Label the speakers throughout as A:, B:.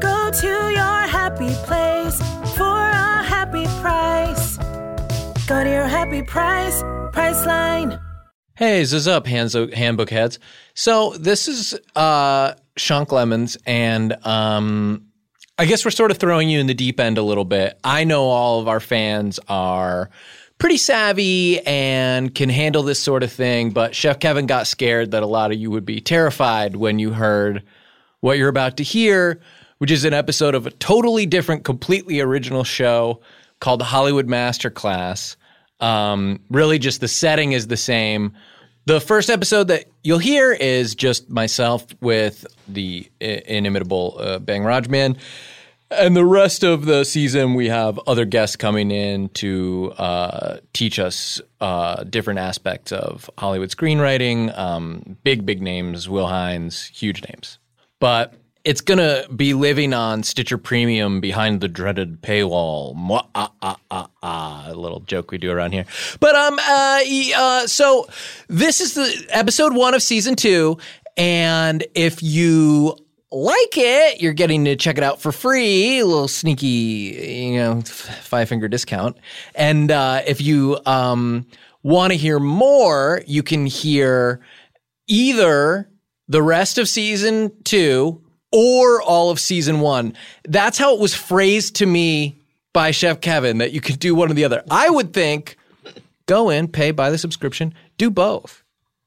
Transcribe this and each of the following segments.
A: Go to your happy place for a happy price. Go to your happy price, Priceline.
B: Hey, Ziz up, hands- handbook heads. So this is uh, Shunk Lemons, and um, I guess we're sort of throwing you in the deep end a little bit. I know all of our fans are pretty savvy and can handle this sort of thing, but Chef Kevin got scared that a lot of you would be terrified when you heard what you're about to hear, which is an episode of a totally different, completely original show called The Hollywood Masterclass. Um, really, just the setting is the same. The first episode that you'll hear is just myself with the i- inimitable uh, Bang Rajman. And the rest of the season, we have other guests coming in to uh, teach us uh, different aspects of Hollywood screenwriting. Um, big, big names, Will Hines, huge names. But it's going to be living on Stitcher Premium behind the dreaded paywall. Mwah, ah, ah, ah, ah, a little joke we do around here. But um, uh, e- uh, so this is the episode one of season two. And if you like it, you're getting to check it out for free, a little sneaky, you know, five finger discount. And uh, if you um, want to hear more, you can hear either the rest of season two or all of season one. That's how it was phrased to me by Chef Kevin that you could do one or the other. I would think go in, pay, buy the subscription, do both.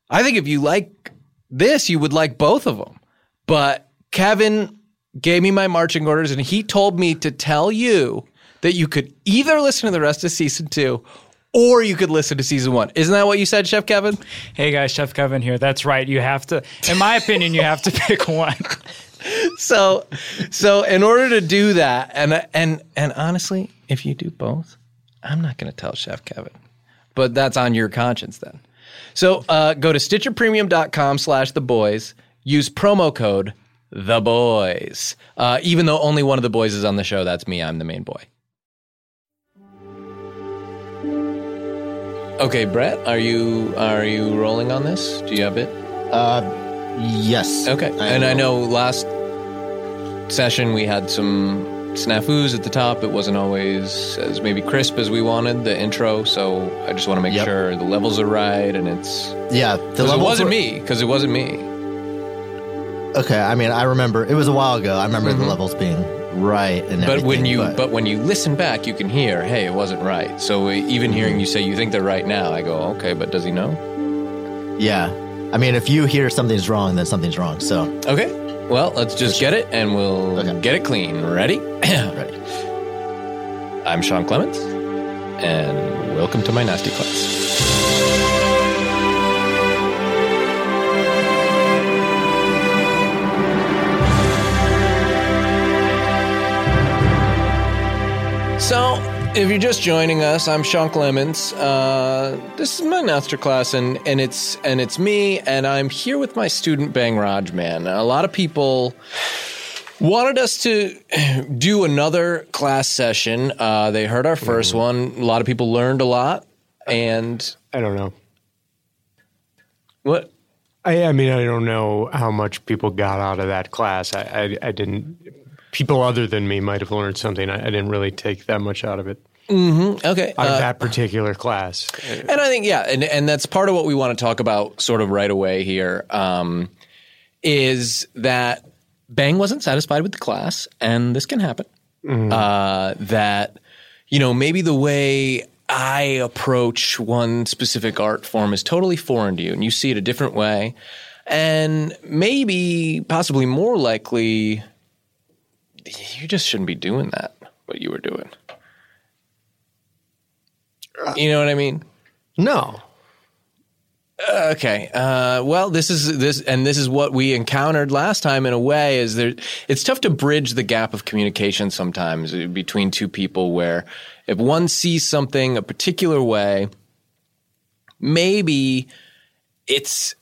B: I think if you like this, you would like both of them. But Kevin gave me my marching orders and he told me to tell you that you could either listen to the rest of season two or you could listen to season one. Isn't that what you said, Chef Kevin?
C: Hey guys, Chef Kevin here. That's right. You have to, in my opinion, you have to pick one.
B: so so in order to do that and and and honestly if you do both i'm not going to tell chef kevin but that's on your conscience then so uh, go to stitcherpremium.com slash the boys use promo code the boys uh, even though only one of the boys is on the show that's me i'm the main boy okay brett are you are you rolling on this do you have it
D: Uh, Yes.
B: Okay. and I know last session we had some snafus at the top. It wasn't always as maybe crisp as we wanted, the intro. So I just want to make
D: Yep.
B: sure the levels are right and it's.
D: Yeah, the
B: 'cause it
D: level
B: wasn't
D: for-
B: me, because it wasn't me.
D: Okay, I mean, I remember it was a while ago. I remember the levels being right and
B: Mm-hmm. But when
D: everything,
B: you but when you listen back, you can hear, hey, it wasn't right. So e, even hearing you say you think they're right now, I go, okay, but does he know?
D: yeah, I mean, if you hear something's wrong, then something's wrong. So
B: Okay, well, let's just get it and we'll
D: Okay.
B: get it clean. Ready?
D: ready.
B: I'm Sean Clements, and welcome to my nasty class. So, if you're just joining us, I'm Sean Clements. Uh, this is my master class, and, and it's and it's me, and I'm here with my student Bang Rajman. A lot of people wanted us to do another class session. Uh, they heard our 1st one. A lot of people learned a lot, and
E: I don't know.
B: what?
E: I, I mean, I don't know how much people got out of that class. I, I, I didn't. People other than me might have learned something. I, I didn't really take that much out of it
B: Okay,
E: out
B: uh,
E: of that particular class.
B: and I think yeah, and and that's part of what we want to talk about, sort of right away here, um, is that Bang wasn't satisfied with the class, and this can happen. Uh, that you know maybe the way I approach one specific art form is totally foreign to you, and you see it a different way, and maybe possibly more likely, you just shouldn't be doing that. What you were doing. You know what I mean?
E: No,
B: okay. Uh, well, this is this, and this is what we encountered last time. In a way, is there? It's tough to bridge the gap of communication sometimes uh, between two people, where if one sees something a particular way, maybe it's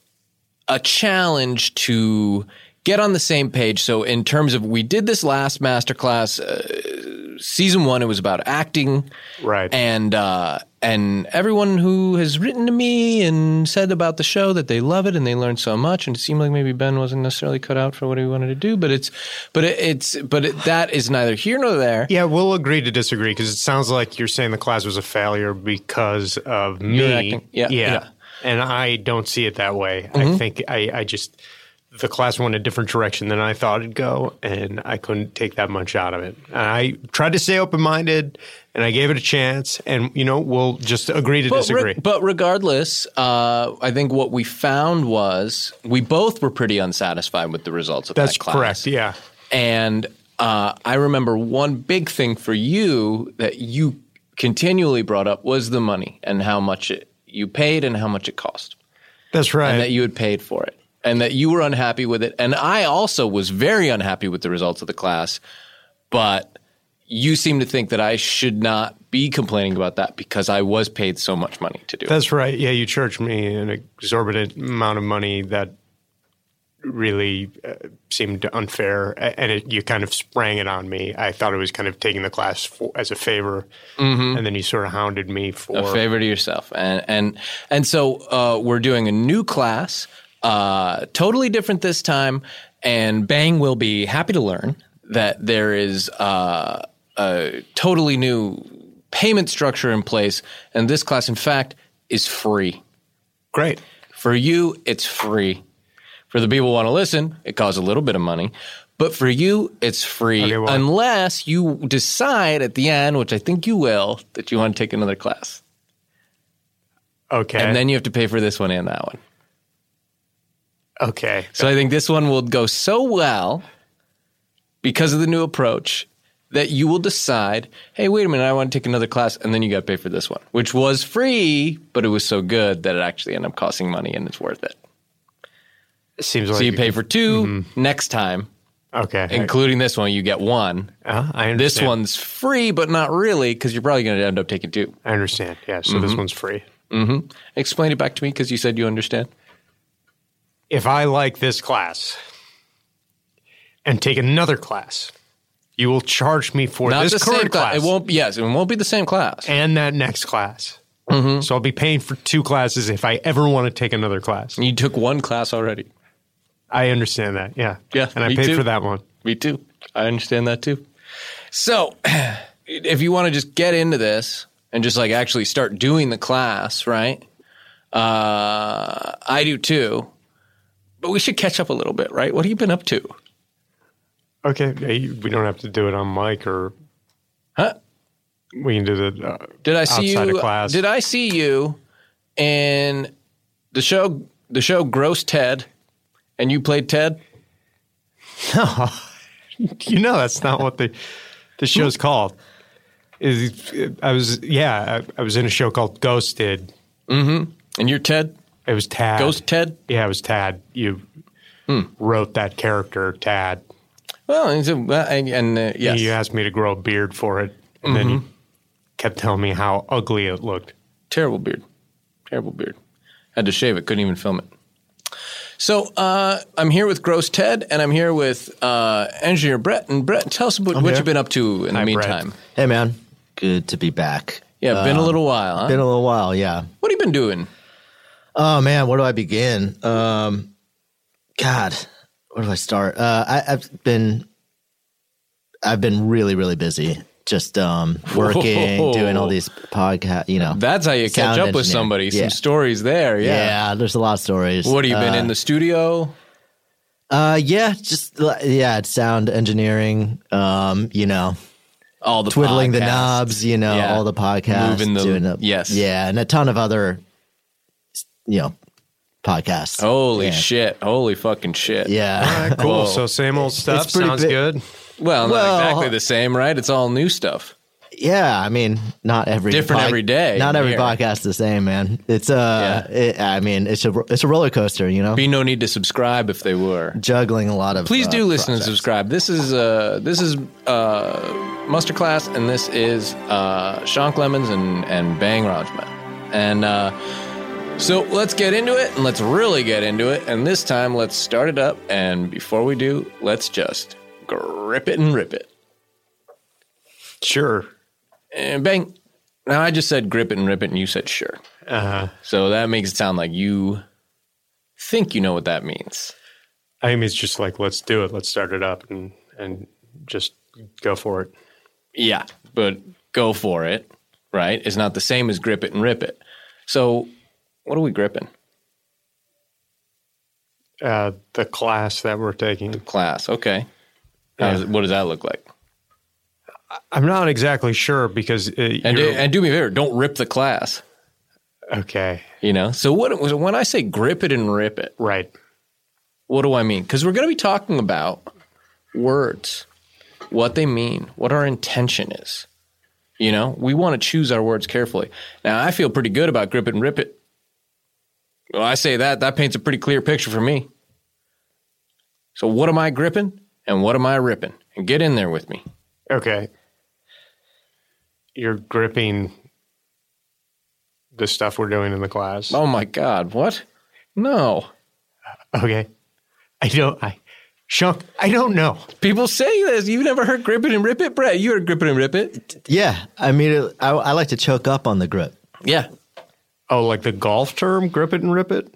B: a challenge to get on the same page. So, in terms of we did this last masterclass, uh, season one, it was about acting,
E: Right.
B: And uh, and everyone who has written to me and said about the show that they love it and they learned so much, and it seemed like maybe Ben wasn't necessarily cut out for what he wanted to do, but it's but it, it's but it, that is neither here nor there.
E: Yeah, we'll agree to disagree because it sounds like you're saying the class was a failure because of me.
B: acting. Yeah, yeah. Mm-hmm.
E: And I don't see it that way. I think I, I just, the class went a different direction than I thought it'd go, and I couldn't take that much out of it. And I tried to stay open minded, and I gave it a chance, and, you know, we'll just agree to
B: But, re-
E: disagree.
B: but regardless, uh, I think what we found was we both were pretty unsatisfied with the results of
E: That's
B: that class.
E: correct. Yeah.
B: And uh, I remember one big thing for you that you continually brought up was the money and how much it, you paid and how much it cost,
E: That's right.
B: and that you had paid for it, and that you were unhappy with it. And I also was very unhappy with the results of the class, but you seem to think that I should not be complaining about that because I was paid so much money to do it.
E: That's right. Yeah, you charged me an exorbitant amount of money that really uh, seemed unfair, a- and it, you kind of sprang it on me. I thought it was kind of taking the class for, as a favor, and then you sort of hounded me for
B: Mm-hmm. a favor to yourself and and and so uh, we're doing a new class uh, totally different this time and bang will be happy to learn that there is uh, a totally new payment structure in place and this class in fact is free
E: great.
B: for you it's free for the people who want to listen it costs a little bit of money but for you it's free
E: Okay, well-
B: unless you decide at the end which i think you will that you want to take another class
E: Okay,
B: and then you have to pay for this one and that one.
E: okay,
B: So I think this one will go so well because of the new approach that you will decide, hey, wait a minute, I want to take another class, and then you got to pay for this one, which was free, but it was so good that it actually ended up costing money and it's worth it.
E: seems like Mm-hmm.
B: So you pay for 2 next time,
E: Okay,
B: including this one, you get one.
E: Uh, I understand.
B: This one's free, but not really, because you're probably going to end up taking two.
E: I understand. Yeah, so
B: Mm-hmm.
E: this one's free.
B: Explain it back to me because you said you understand.
E: If I like this class and take another class, you will charge me for
B: Not
E: this
B: the
E: current
B: same class. It won't. Yes, it won't be the same class.
E: and that next class.
B: Mm-hmm.
E: So I'll be paying for two classes if I ever want to take another class.
B: you took one class already.
E: I understand that. Yeah.
B: Yeah,
E: And I
B: me
E: paid
B: too.
E: for that one.
B: Me too. I understand that too. So, if you want to just get into this and just like actually start doing the class, right? Uh, I do too. But we should catch up a little bit, right? What have you been up to?
E: Okay. Hey, We don't have to do it on mic or
B: Huh?
E: we can do the. Uh,
B: Did I see
E: outside
B: you?
E: Of class.
B: Did I see you in the show? The show Gross Ted, and you played Ted.
E: You know, that's not what the the show's called. Is I was yeah I, I was in a show called Ghosted.
B: And you're Ted.
E: It was Tad.
B: Ghost Ted. Hmm.
E: Yeah, it was Tad. You wrote that character Tad.
B: Well, and, so- well, and, and uh, yes,
E: You asked me to grow a beard for it, and then you kept telling me how ugly it looked.
B: Terrible beard. Terrible beard. Had to shave it. Couldn't even film it. So uh, I'm here with Gross Ted, and I'm here with uh, engineer Brett. And Brett, tell us about what
D: here.
B: you've been up to in
E: Hi,
B: the
E: Brett.
B: meantime.
D: Hey, man. Good to be back. Um,
B: Yeah, been a little while. Huh?
D: Been a little while, yeah.
B: what have you been doing?
D: Oh man, where do I begin? Um, God, where do I start? Uh, I, I've been, I've been really, really busy. Just um, working,
B: Whoa.
D: doing all these podcast. You know,
B: That's how you catch
D: Sound
B: up with
D: engineer.
B: somebody.
D: Yeah.
B: Some stories there. Yeah.
D: yeah. There's a lot of stories.
B: What have you been
D: Uh,
B: in the studio?
D: Uh, yeah, just li- yeah, it's sound engineering. Um, you know,
B: All the
D: twiddling the
B: podcasts.
D: knobs. You know,
B: Yeah.
D: all the podcasts,
B: Moving the-
D: doing
B: yes.
D: yeah, and a ton of other, you know, podcasts.
B: Holy
D: Yeah.
B: shit! Holy fucking shit!
D: Yeah.
E: Cool.
B: Whoa.
E: So same old stuff.
D: It's pretty
E: Sounds
D: big.
E: good.
B: Well, not
D: Well-
B: exactly the same, right? It's all new stuff.
D: yeah, I mean, not every
B: Different every day
D: Not every
B: here.
D: podcast the same, man. It's uh, it, I mean, it's a it's a roller coaster, you know,
B: Be no need to subscribe if they were.
D: juggling a lot of.
B: Please
D: uh,
B: do listen
D: projects.
B: and subscribe. This is uh this is uh Musterclass and this is uh Sean Clemens and and Bang Rajman. And uh so let's get into it and let's really get into it. And this time let's start it up and before we do, let's just grip it and rip it.
E: Sure.
B: And bang. Now I just said grip it and rip it and you said sure.
E: Uh,
B: So that makes it sound like you think you know what that means.
E: I mean, it's just like let's do it. Let's start it up and and just go for it.
B: Yeah, but go for it, right? It's not the same as grip it and rip it. So, what are we gripping?
E: Uh, the class that we're taking.
B: Class, okay. How does- what does that look like?
E: I'm not exactly sure because uh,
B: And do,
E: you're-
B: and do me a favor, don't rip the class.
E: okay,
B: You know. So what? so When I say grip it and rip it,
E: right.
B: what do I mean? Because we're going to be talking about words, what they mean, what our intention is. You know, we want to choose our words carefully. Now, I feel pretty good about grip it and rip it. Well, I say that, that paints a pretty clear picture for me. So, what am I gripping and what am I ripping? And get in there with me.
E: Okay. You're gripping the stuff we're doing in the class.
B: Oh my God, what? No.
E: Okay. I don't. I Shunk. I don't know.
B: People say this. You've never heard grip it and rip it, Brett. You heard grip it and rip it.
D: Yeah, I mean, it, I, I like to choke up on the grip.
B: Yeah.
E: Oh, like the golf term, grip it and rip it.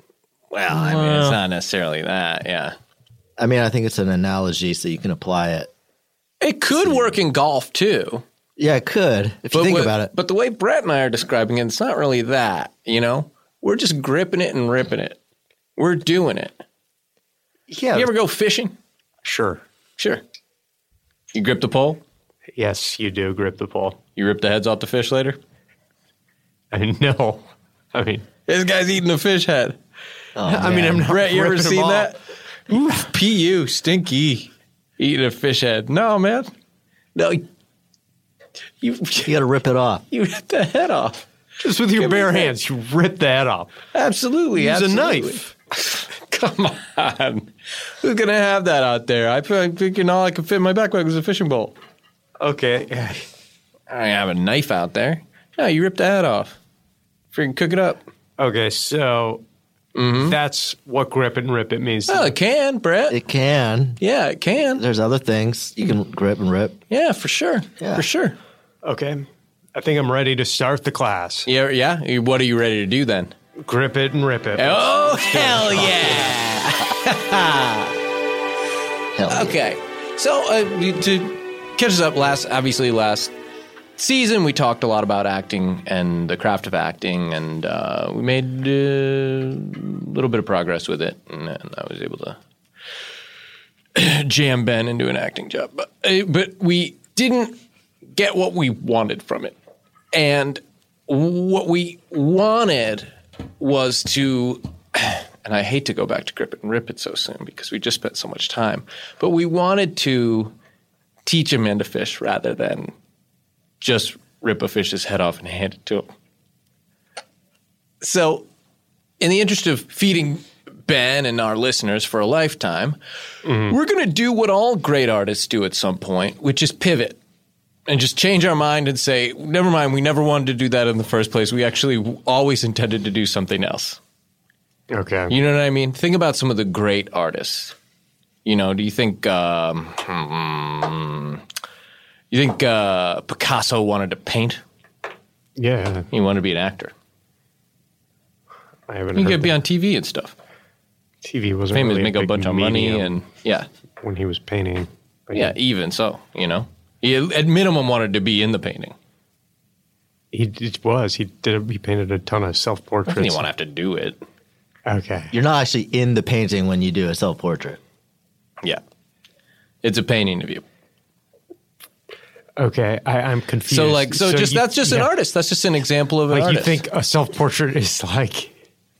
B: Well, I mean, it's not necessarily that. Yeah.
D: I mean, I think it's an analogy, so you can apply it.
B: It could work in golf too.
D: Yeah, it could if you think
B: what-
D: about it.
B: But the way Brett and I are describing it, it's not really that, you know? We're just gripping it and ripping it. We're doing it.
D: Yeah,
B: You ever go fishing?
E: Sure.
B: Sure. You grip the pole,
E: Yes, you do grip the pole.
B: you rip the heads off the fish later.
E: I know. I mean,
B: This guy's eating a fish head.
D: Oh,
E: I mean, I'm not.
B: Brett, you ever
E: ripping them
B: seen
E: off.
B: that? Oof, PU, stinky. Eating a fish head. No, man. No. You,
D: you got to rip it off.
B: you rip the head off.
E: Just with your
B: Give me
E: bare
B: that.
E: hands, you rip that up.
B: Absolutely.
E: Use a
B: absolutely.
E: knife.
B: Come on. Who's going to have that out there? I feel like thinking all I can fit in my backpack is a fishing bowl.
E: Okay.
B: I don't have a knife out there. No, you rip the head off. Freaking cook it up.
E: Okay. So Mm-hmm. that's what grip and rip it means.
B: Oh, it can, Brett.
D: It can.
B: yeah, it can.
D: There's other things you can grip and rip.
B: Yeah, for sure.
D: Yeah.
B: For sure.
E: Okay. I think I'm ready to start the class.
B: Yeah, yeah. What are you ready to do then?
E: Grip it and rip it.
B: Oh, hell yeah.
D: Hell yeah.
B: Okay. So uh, we- to catch us up, last obviously last season we talked a lot about acting and the craft of acting, and uh, we made a little bit of progress with it, and, and I was able to jam Ben into an acting job, but uh, but we didn't get what we wanted from it, and what we wanted was to and I hate to go back to grip it and rip it so soon because we just spent so much time. But we wanted to teach a man to fish rather than just rip a fish's head off and hand it to him. So, in the interest of feeding Ben and our listeners for a lifetime, we're going to do what all great artists do at some point, which is pivot and just change our mind and say, never mind, we never wanted to do that in the first place. We actually always intended to do something else.
E: Okay.
B: You know what I mean? Think about some of the great artists. You know, do you think um, hmm, you think uh, Picasso wanted to paint?
E: yeah.
B: He wanted to be an actor.
E: I haven't
B: He
E: heard
B: could be
E: that.
B: on TV and stuff.
E: TV wasn't
B: Famous,
E: really
B: make a
E: big
B: bunch of money,
E: medium
B: and yeah,
E: when he was painting. But
B: yeah.
E: he-
B: Even so, you know, he at at minimum wanted to be in the painting.
E: He, it was. He did. He painted a ton of self
B: He didn't
E: portraits.
B: want to have to do it.
E: Okay.
D: You're not actually in the painting when you do a self portrait.
B: Yeah, it's a painting of you.
E: Okay. I, I'm confused.
B: So like, so, just
E: you-
B: that's just an
E: yeah.
B: artist. That's just an example of an
E: Like
B: artist.
E: you think a self portrait is like,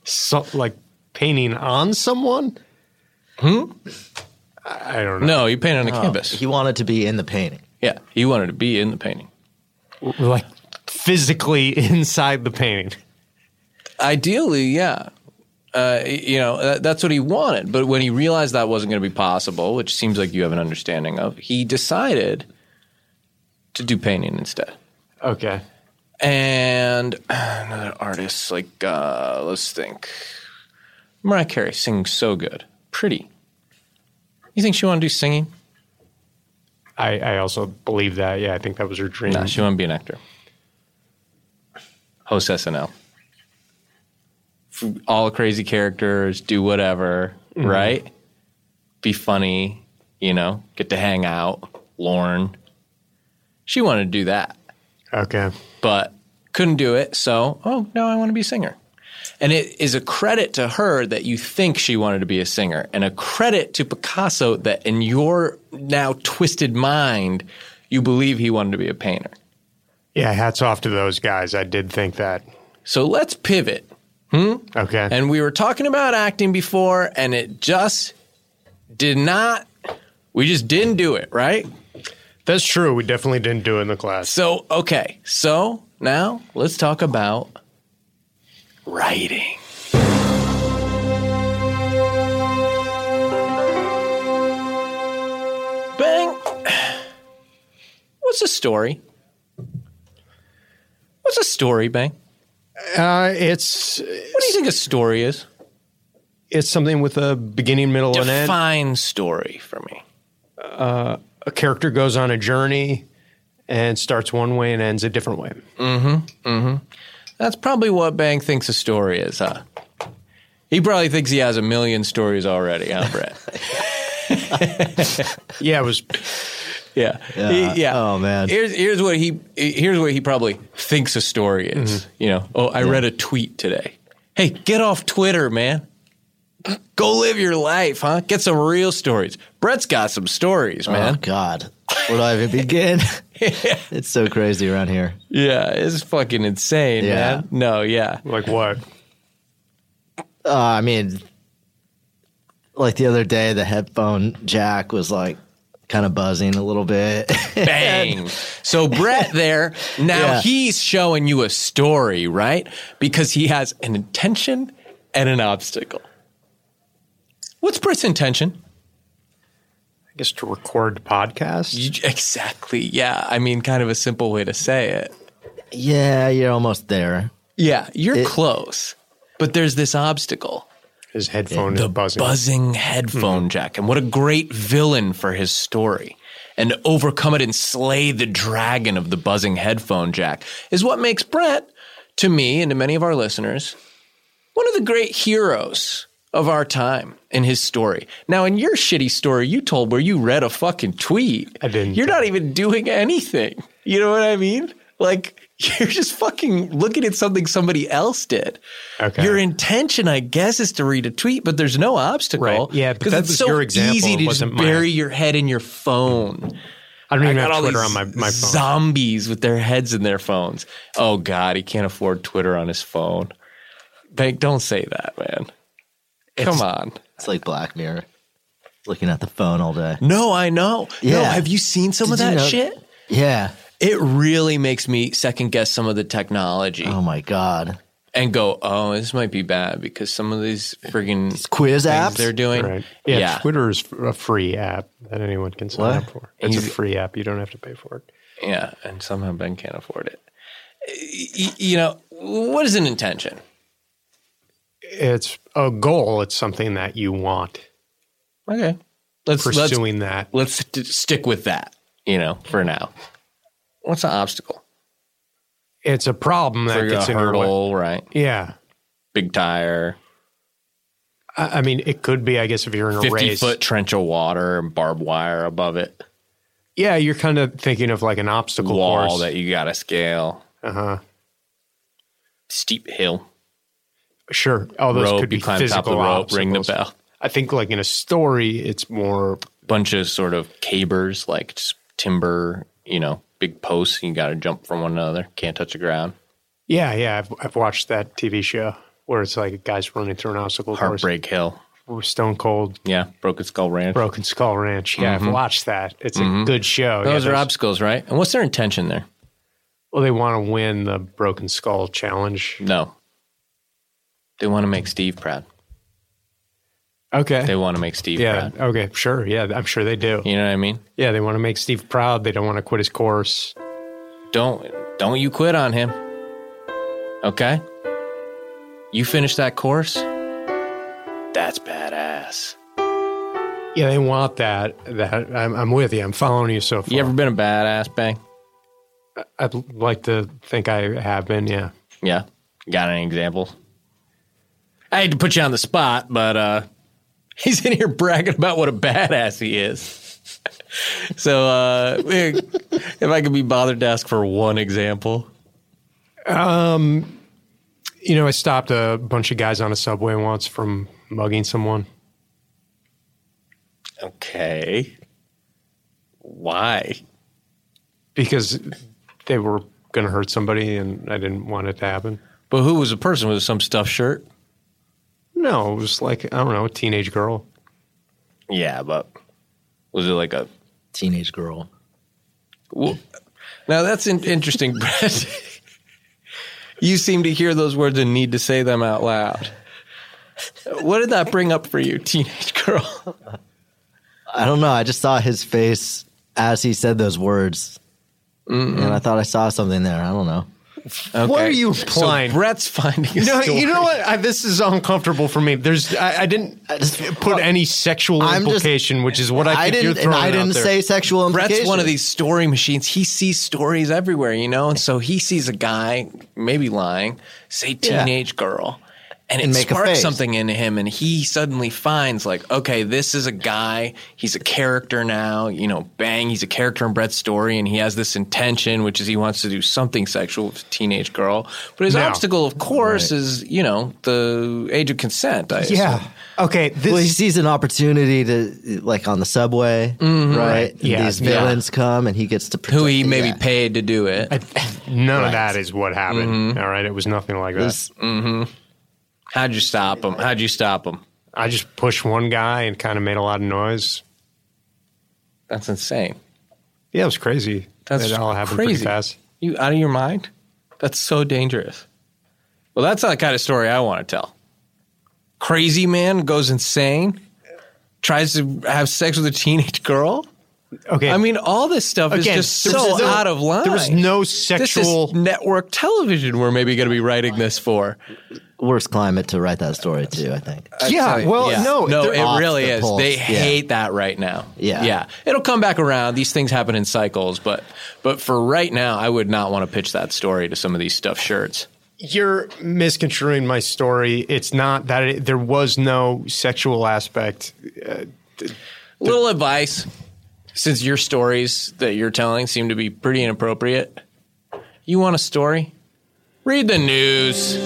E: so, like painting on someone? Hmm. I, I don't know.
B: no, he painted on a canvas.
D: He wanted to be in the painting.
B: yeah, he wanted to be in the painting.
E: like physically inside the painting.
B: Ideally, yeah. Uh, you know, that, that's what he wanted. But when he realized that wasn't going to be possible, which seems like you have an understanding of, he decided to do painting instead.
E: Okay.
B: And uh, another artist, like, uh, let's think. Mariah Carey sings so good. Pretty. You think she want to do singing?
E: I, I also believe that. Yeah, I think that was her dream.
B: No, she want to be an actor. Host SNL. F- All crazy characters, do whatever, right? Be funny, you know, get to hang out. Lauren. She wanted to do that,
E: okay.
B: but couldn't do it. So, oh, now I want to be a singer. And it is a credit to her that you think she wanted to be a singer, and a credit to Picasso that in your now twisted mind, you believe he wanted to be a painter.
E: Yeah, hats off to those guys. I did think that.
B: So let's pivot.
E: Okay.
B: And we were talking about acting before, and it just did not, we just didn't do it, right?
E: That's true. We definitely didn't do it in the class.
B: So, okay. So now let's talk about writing. Bang. What's a story? What's a story, Bang?
E: Uh, it's
B: What do you think a story is?
E: it's something with a beginning, middle, and end.
B: Define story for me.
E: a character goes on a journey and starts one way and ends a different way.
B: That's probably what Bang thinks a story is, huh? He probably thinks he has a million stories already, huh, Brett?
E: Yeah, it was.
B: yeah. He-
D: Yeah. Oh, man.
B: Here's here's what he here's what he probably thinks a story is.
E: Mm-hmm.
B: You know, oh, I read a tweet today. Hey, get off Twitter, man. Go live your life, huh? Get some real stories. Brett's got some stories,
D: Oh
B: man.
D: God, where do I even begin? it's so crazy around here.
B: yeah, it's fucking insane,
D: Yeah.
B: man. No, yeah.
E: Like what?
D: Uh, I mean, like the other day, the headphone jack was like kind of buzzing a little bit.
B: Bang. so Brett there, now
D: Yeah.
B: he's showing you a story, right? Because he has an intention and an obstacle. What's Brett's intention?
E: I guess to record podcasts.
B: You- exactly. Yeah. I mean, kind of a simple way to say it.
D: yeah, you're almost there.
B: Yeah. You're close, but there's this obstacle
E: His headphone is
B: the
E: buzzing. Hmm.
B: buzzing headphone jack. And what a great villain for his story. And to overcome it and slay the dragon of the buzzing headphone jack is what makes Brett, to me and to many of our listeners, one of the great heroes of our time in his story. Now, in your shitty story you told where you read a fucking tweet,
E: I didn't.
B: You're not even doing anything. You know what I mean? Like, you're just fucking looking at something somebody else did.
E: Okay.
B: Your intention, I guess, is to read a tweet, but there's no obstacle.
E: Right. Yeah, but
B: because
E: that
B: it's
E: was
B: so
E: your example,
B: easy
E: it
B: to
E: wasn't
B: just
E: mine.
B: bury your head in your phone.
E: I don't even have
B: all
E: Twitter
B: these
E: on my, my phone.
B: zombies with their heads in their phones. Oh God, he can't afford Twitter on his phone. Bank, don't say that, man. Come on.
D: It's like Black Mirror, looking at the phone all day.
B: No, I know. No,
D: Yeah.
B: have you seen some of
D: Did you
B: that
D: know-
B: shit?
D: Yeah.
B: It really makes me second guess some of the technology
D: Oh my God.
B: and go, oh, this might be bad because some of these friggin'
D: Quiz
B: things
D: apps.
B: they're doing.
E: Right. Yeah, Twitter is a free app that anyone can sign
D: What?
E: up for. It's
B: Easy.
E: a free app. You don't have to pay for it.
B: Yeah, and somehow Ben can't afford it. Y- y- you know, what is an intention?
E: It's a goal. It's something that you want.
B: Okay, let's
E: Pursuing that.
B: let's let's st- stick with that. You know, for now. What's an obstacle?
E: It's a problem that
B: Like a
E: gets in your way.
B: hurdle, right?
E: Yeah.
B: Big tire,
E: I, I mean, it could be, I guess, if you're in a
B: fifty
E: race.
B: foot trench of water and barbed wire above it,
E: Yeah, you're kind of thinking of like an obstacle
B: wall
E: course.
B: that you got to scale,
E: uh huh.
B: steep hill,
E: Sure. All Oh, those
B: rope.
E: could be
B: You climb
E: physical
B: top of the rope, ring the
E: obstacles.
B: bell.
E: I think like in a story, it's more
B: bunch of sort of cabers, like just timber, you know, big posts. And you got to jump from one another. Can't touch the ground.
E: yeah, yeah. I've I've watched that TV show where it's like a guy's running through an obstacle course.
B: Heartbreak Hill.
E: With Stone Cold,
B: Yeah, Broken Skull Ranch.
E: Broken Skull
B: Mm-hmm.
E: Ranch. Yeah, I've watched that. It's a good show.
B: Those
E: yeah,
B: are
E: there's-
B: obstacles, right? And what's their intention there?
E: Well, they want to win the Broken Skull Challenge.
B: No. They want to make Steve proud.
E: Okay.
B: They want to make Steve
E: Eh. yeah.
B: proud.
E: Okay. Sure. Yeah. I'm sure they do. Yeah.
B: You know what I mean?
E: They want to make Steve proud. They don't want to quit his course.
B: Don't don't you quit on him. Okay? You finish that course? That's badass.
E: Yeah. They want that. That I'm, I'm with you. I'm following you so far.
B: You ever been a badass bang?
E: I'd like to think I have been. Yeah.
B: Yeah. Got any examples? I hate to put you on the spot, but uh he's in here bragging about what a badass he is. so uh if I could be bothered to ask for one example.
E: You know, I stopped a bunch of guys on a subway once from mugging someone.
B: Okay. Why?
E: because they were going to hurt somebody and I didn't want it to happen.
B: But who was the person? Was it some stuffed shirt?
E: No, it was like, I don't know, a teenage girl.
B: Yeah, but was it like a?
D: Teenage girl.
B: Well, now that's in- interesting, Brett. you seem to hear those words and need to say them out loud. What did that bring up for you, teenage girl?
D: I don't know. I just saw his face as he said those words. And I thought I saw something there. I don't know.
E: What
B: Okay.
E: are you
B: So
E: implying?
B: Brett's finding. A
E: no,
B: story.
E: you know what? I, this is uncomfortable for me. There's, I, I didn't
D: just-
E: put any sexual
D: I'm just-
E: implication, which is what I,
D: I
E: think you're
D: didn't. And
E: throwing
D: I
E: out
D: didn't
E: there.
D: say sexual implications.
B: Brett's one of these story machines. He sees stories everywhere, you know, and so he sees a guy maybe lying, say
D: Yeah.
B: teenage girl, and it
D: And make a
B: sparks
D: face.
B: something in him, and he suddenly finds like, okay, this is a guy. He's a character now, you know. Bang, he's a character in Brett's story, and he has this intention, which is he wants to do something sexual with a teenage girl. But his
E: Now.
B: obstacle, of course, is you know the age of consent. I assume.
E: Yeah. Okay. This,
D: Well, he sees an opportunity to, like, on the subway, right? And
E: Mm-hmm. Yeah,
D: These
E: yeah.
D: villains come, and he gets to protect
B: who he
D: the-
B: maybe
D: yeah.
B: paid to do it.
E: none of that is what happened. All right. It was nothing like that.
D: Mm-hmm. This-
B: How'd you stop him? How'd you stop him?
E: I just pushed one guy and kind of made a lot of noise.
B: That's insane.
E: Yeah, it was crazy.
B: That's
E: it all happened
B: crazy.
E: pretty fast.
B: You out of your mind? That's so dangerous. Well, that's not the kind of story I want to tell. Crazy man goes insane, tries to have sex with a teenage girl.
E: Okay.
B: I mean, all this stuff
E: Again,
B: is just
E: there
B: so
E: was no-
B: out of line.
E: there was no
B: This is
E: sexual-
B: network television we're maybe going to be writing this for.
D: worst climate to write that story to, I think.
E: yeah. Well,
B: Yeah.
E: no.
B: no,
E: there-
B: it
D: off
B: really
D: the
B: is.
D: pulse.
B: They
D: Yeah.
B: hate that right now.
D: Yeah.
B: yeah. It'll come back around. These things happen in cycles, but but for right now, I would not want to pitch that story to some of these stuffed shirts.
E: You're misconstruing my story. It's not that it, there was no sexual aspect.
B: Little advice, since your stories that you're telling seem to be pretty inappropriate. You want a story? Read the news.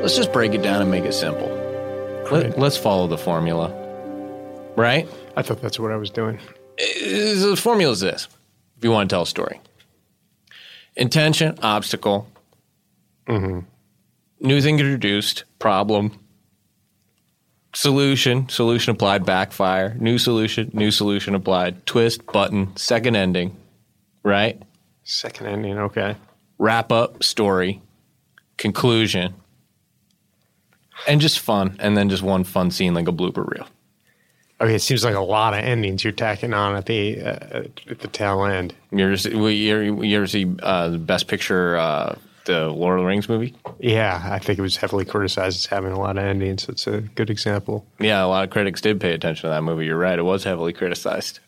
B: Let's just break it down and make it simple. Let,
E: Great.
B: let's follow the formula, right?
E: I thought that's what I was doing.
B: is- the formula is this if you want to tell a story intention obstacle news introduced problem solution solution applied backfire new solution new solution applied twist button second ending right
E: Second ending. Okay.
B: wrap up story conclusion and just fun and then just one fun scene like a blooper reel
E: Okay. It seems like a lot of endings you're tacking on at the uh, at the tail end.
B: You ever see, well, you ever, you ever see uh, the Best Picture, uh, the Lord of the Rings movie?
E: Yeah, I think it was heavily criticized as having a lot of endings. It's a good example.
B: Yeah, a lot of critics did pay attention to that movie. You're right. It was heavily criticized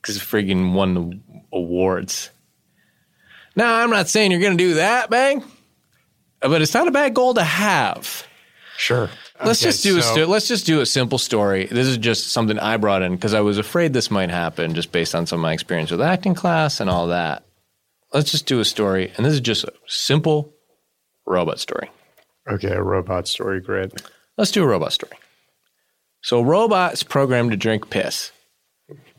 B: because it friggin' won the awards. Now, I'm not saying you're going to do that, bang, but it's not a bad goal to have.
E: Sure.
B: Let's
E: Okay,
B: just do a
E: so-
B: sto- let's just do a simple story. This is just something I brought in because I was afraid this might happen, just based on some of my experience with acting class and all that. Let's just do a story, and this is just a simple robot story.
E: Okay, a robot story. Great.
B: Let's do a robot story. So, a robot's programmed to drink piss,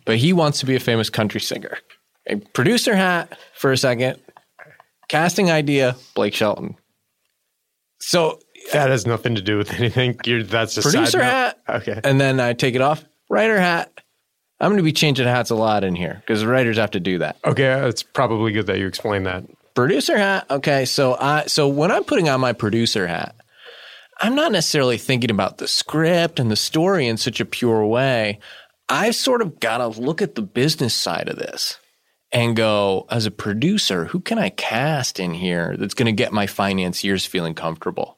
B: but he wants to be a famous country singer. A producer hat for a second. Casting idea: Blake Shelton. So,
E: That has nothing to do with anything. You're that's a side
B: producer
E: note.
B: hat.
E: Okay.
B: And then I take it off. Writer hat. I'm going to be changing hats a lot in here because writers have to do that.
E: Okay, it's probably good that you explained that.
B: Producer hat. Okay, so I so when I'm putting on my producer hat, I'm not necessarily thinking about the script and the story in such a pure way. I've sort of got to look at the business side of this and go, as a producer, who can I cast in here that's going to get my financiers feeling comfortable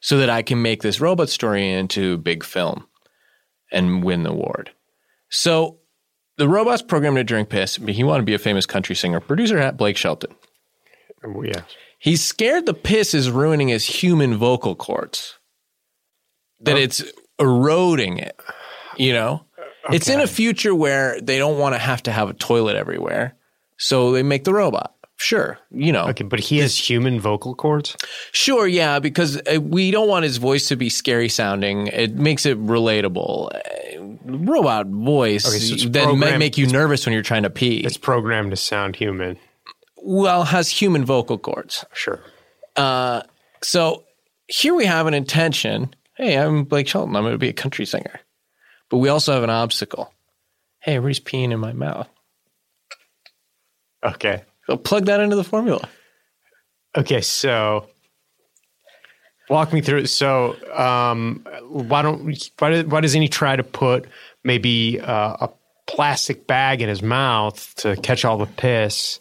B: so that I can make this robot story into big film and win the award? So the robot's programmed to drink piss, but he wanted to be a famous country singer. Producer at Blake Shelton.
E: Oh, Yeah.
B: He's scared the piss is ruining his human vocal cords. That
E: Oh.
B: it's eroding it. You know?
E: Uh,
B: It's in a future where they don't want to have to have a toilet everywhere. So they make the robot. Sure. You know.
E: Okay, but he has human vocal cords.
B: Sure, yeah, because uh, we don't want his voice to be scary sounding. It makes it relatable. Uh, Robot voice
E: so it's
B: then might
E: programmed-
B: make you nervous when you're trying to pee.
E: It's programmed to sound human.
B: Well, has human vocal cords.
E: Sure.
B: So here we have an intention. Hey, I'm Blake Shelton. I'm going to be a country singer. But we also have an obstacle. Hey, everybody's peeing in my mouth.
E: Okay.
B: So plug that into the formula.
E: Okay, so walk me through. it. So, um, why don't why, do- why doesn't he try to put maybe uh, a plastic bag in his mouth to catch all the piss,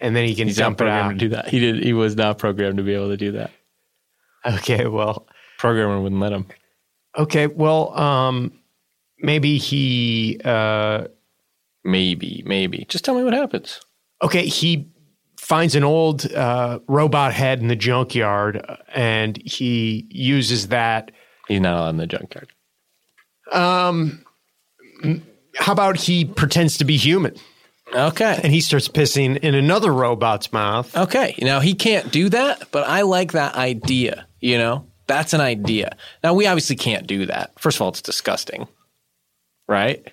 E: and then he can
B: He's not
E: dump it
B: programmed to
E: out?
B: do that. He did. He was not programmed to be able to do that.
E: Okay, well,
B: Programmer wouldn't let him.
E: okay, well, um, maybe he. Uh,
B: Maybe, maybe. Just tell me what happens.
E: okay, he finds an old uh, robot head in the junkyard, and he uses that.
B: He's not on the junkyard.
E: How about he pretends to be human?
B: Okay.
E: and he starts pissing in another robot's mouth.
B: Okay. Now he can't do that, but I like that idea. You know, that's an idea. Now we obviously can't do that. First of all, it's disgusting, right?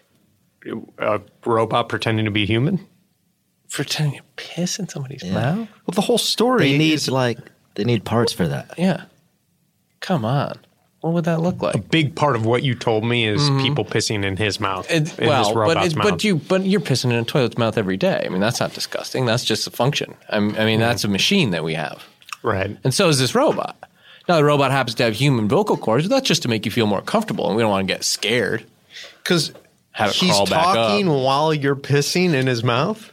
E: A robot pretending to be human.
B: Pretending to piss in somebody's mouth.
E: Well, the whole story
D: They need
E: is
D: like they need parts for that.
B: Yeah. Come on. What would that look like?
E: big part of what you told me is people pissing in his mouth.
B: Mm-hmm. It,
E: in
B: well,
E: this
B: but
E: robot's
B: it,
E: mouth.
B: but you but you're pissing in a toilet's mouth every day. I mean, that's not disgusting. That's just a function. I'm, I mean, that's a machine that we have,
E: right.
B: and so is this robot. Now, the robot happens to have human vocal cords, but that's just to make you feel more comfortable, and we don't want to get scared.
E: Because
B: Have it
E: he's
B: crawl back up.
E: talking while you're pissing in his mouth.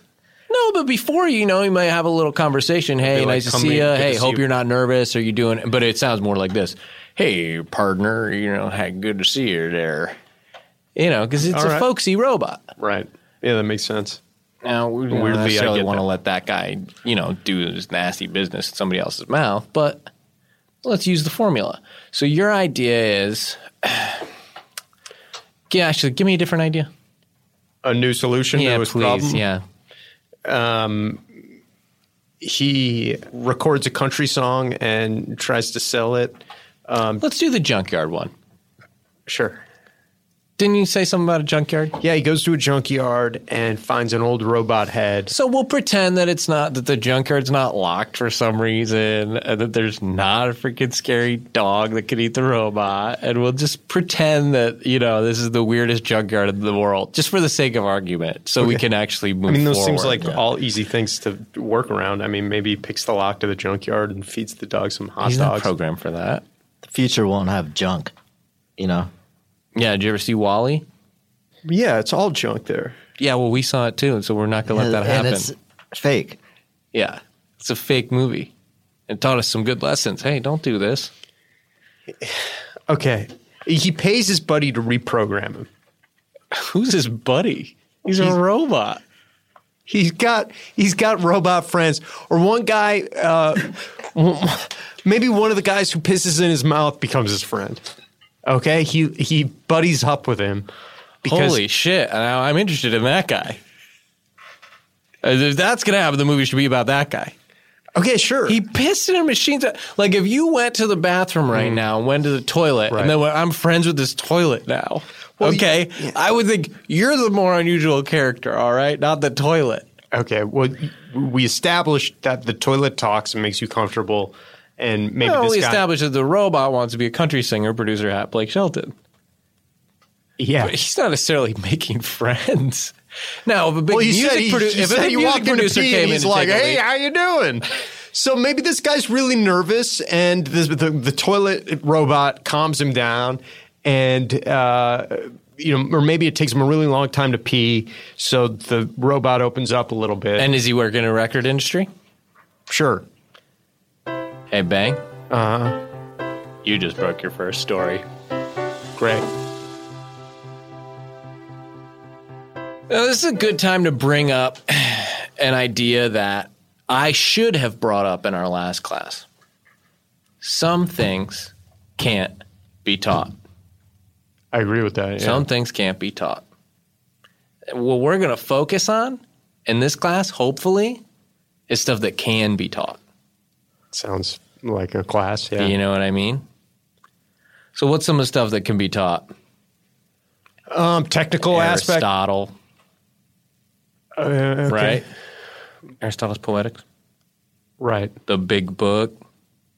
B: No, but before you know, you might have a little conversation. Hey,
E: like,
B: nice to
E: "Come
B: see
E: in,
B: you.
E: good to
B: Hey,
E: see
B: hope
E: you."
B: you. are not nervous. Are you doing? But it sounds more like this. Hey, partner. You know, hey, good to see you there. You know, because it's
E: All
B: a
E: right.
B: folksy robot.
E: Right. Yeah, that makes sense.
B: Now, we don't
E: Weirdly, I
B: necessarily
E: get
B: want to
E: that.
B: let that guy, you know, do his nasty business in somebody else's mouth, but let's use the formula. So your idea is, yeah, actually, give me a different idea.
E: A new solution
B: Yeah,
E: to
B: please.
E: his problem.
B: Yeah,
E: He records a country song and tries to sell it.
B: let's do the junkyard one.
E: Sure.
B: Didn't you say something about a junkyard?
E: Yeah, he goes to a junkyard and finds an old robot head.
B: So we'll pretend that it's not that the junkyard's not locked for some reason, and that there's not a freaking scary dog that could eat the robot, and we'll just pretend that you know this is the weirdest junkyard in the world, just for the sake of argument, so we can actually move.
E: I mean, those seems
B: forward.
E: like all easy things to work around. I mean, maybe he picks the lock to the junkyard and feeds the dog some hot
B: he's not
E: dogs.
B: programmed for that.
D: The future won't have junk, you know.
B: Yeah, did you ever see Wally?
E: yeah, it's all junk there.
B: Yeah, well, we saw it too, and so we're not going to let
D: and,
B: that
D: and
B: happen.
D: it's fake.
B: yeah, it's a fake movie. It taught us some good lessons. Hey, don't do this.
E: Okay. He pays his buddy to reprogram him.
B: Who's his buddy? He's a robot.
E: He's got he's got robot friends or one guy. Uh, w- maybe one of the guys who pisses in his mouth becomes his friend. Okay, he he buddies up with him. Because
B: Holy shit! Now I'm interested in that guy. As If that's gonna happen, the movie should be about that guy.
E: okay, sure.
B: He pissed in a machine. To, like if you went to the bathroom right now and went to the toilet,
E: Right.
B: and then went, I'm friends with this toilet now. okay, I would think you're the more unusual character. All right, not the toilet.
E: Okay. Well, we established that the toilet talks and makes you comfortable, and maybe
B: Well,
E: this
B: we
E: guy.
B: established that the robot wants to be a country singer, producer hat Blake Shelton.
E: Yeah.
B: He's not necessarily making friends. Now, if a big
D: Well, you
B: music,
D: said he,
B: produ-
D: you
B: if a
D: said
B: big
D: he
B: music
D: walked into
B: producer
D: P
B: came
D: and
B: in
D: he's
B: and
D: like,
B: take a
D: "Hey,
B: leak-
D: how you doing?"
E: So maybe this guy's really nervous, and this, the the toilet robot calms him down, and uh, you know, or maybe it takes him a really long time to pee. So the robot opens up a little bit.
B: and is he working in a record industry?
E: sure,
B: Hey, Bang. Uh huh.
E: Uh-huh.
B: You just broke your first story.
E: great.
B: Now, this is a good time to bring up an idea that I should have brought up in our last class. Some things can't be taught.
E: I agree with that. yeah.
B: Some things can't be taught. What we're going to focus on in this class, hopefully, is stuff that can be taught.
E: sounds like a class. Yeah.
B: You know what I mean? So, what's some of the stuff that can be taught?
E: Um, technical aspect.
B: Aristotle, right? Aristotle's Poetics,
E: Right.
B: the big book.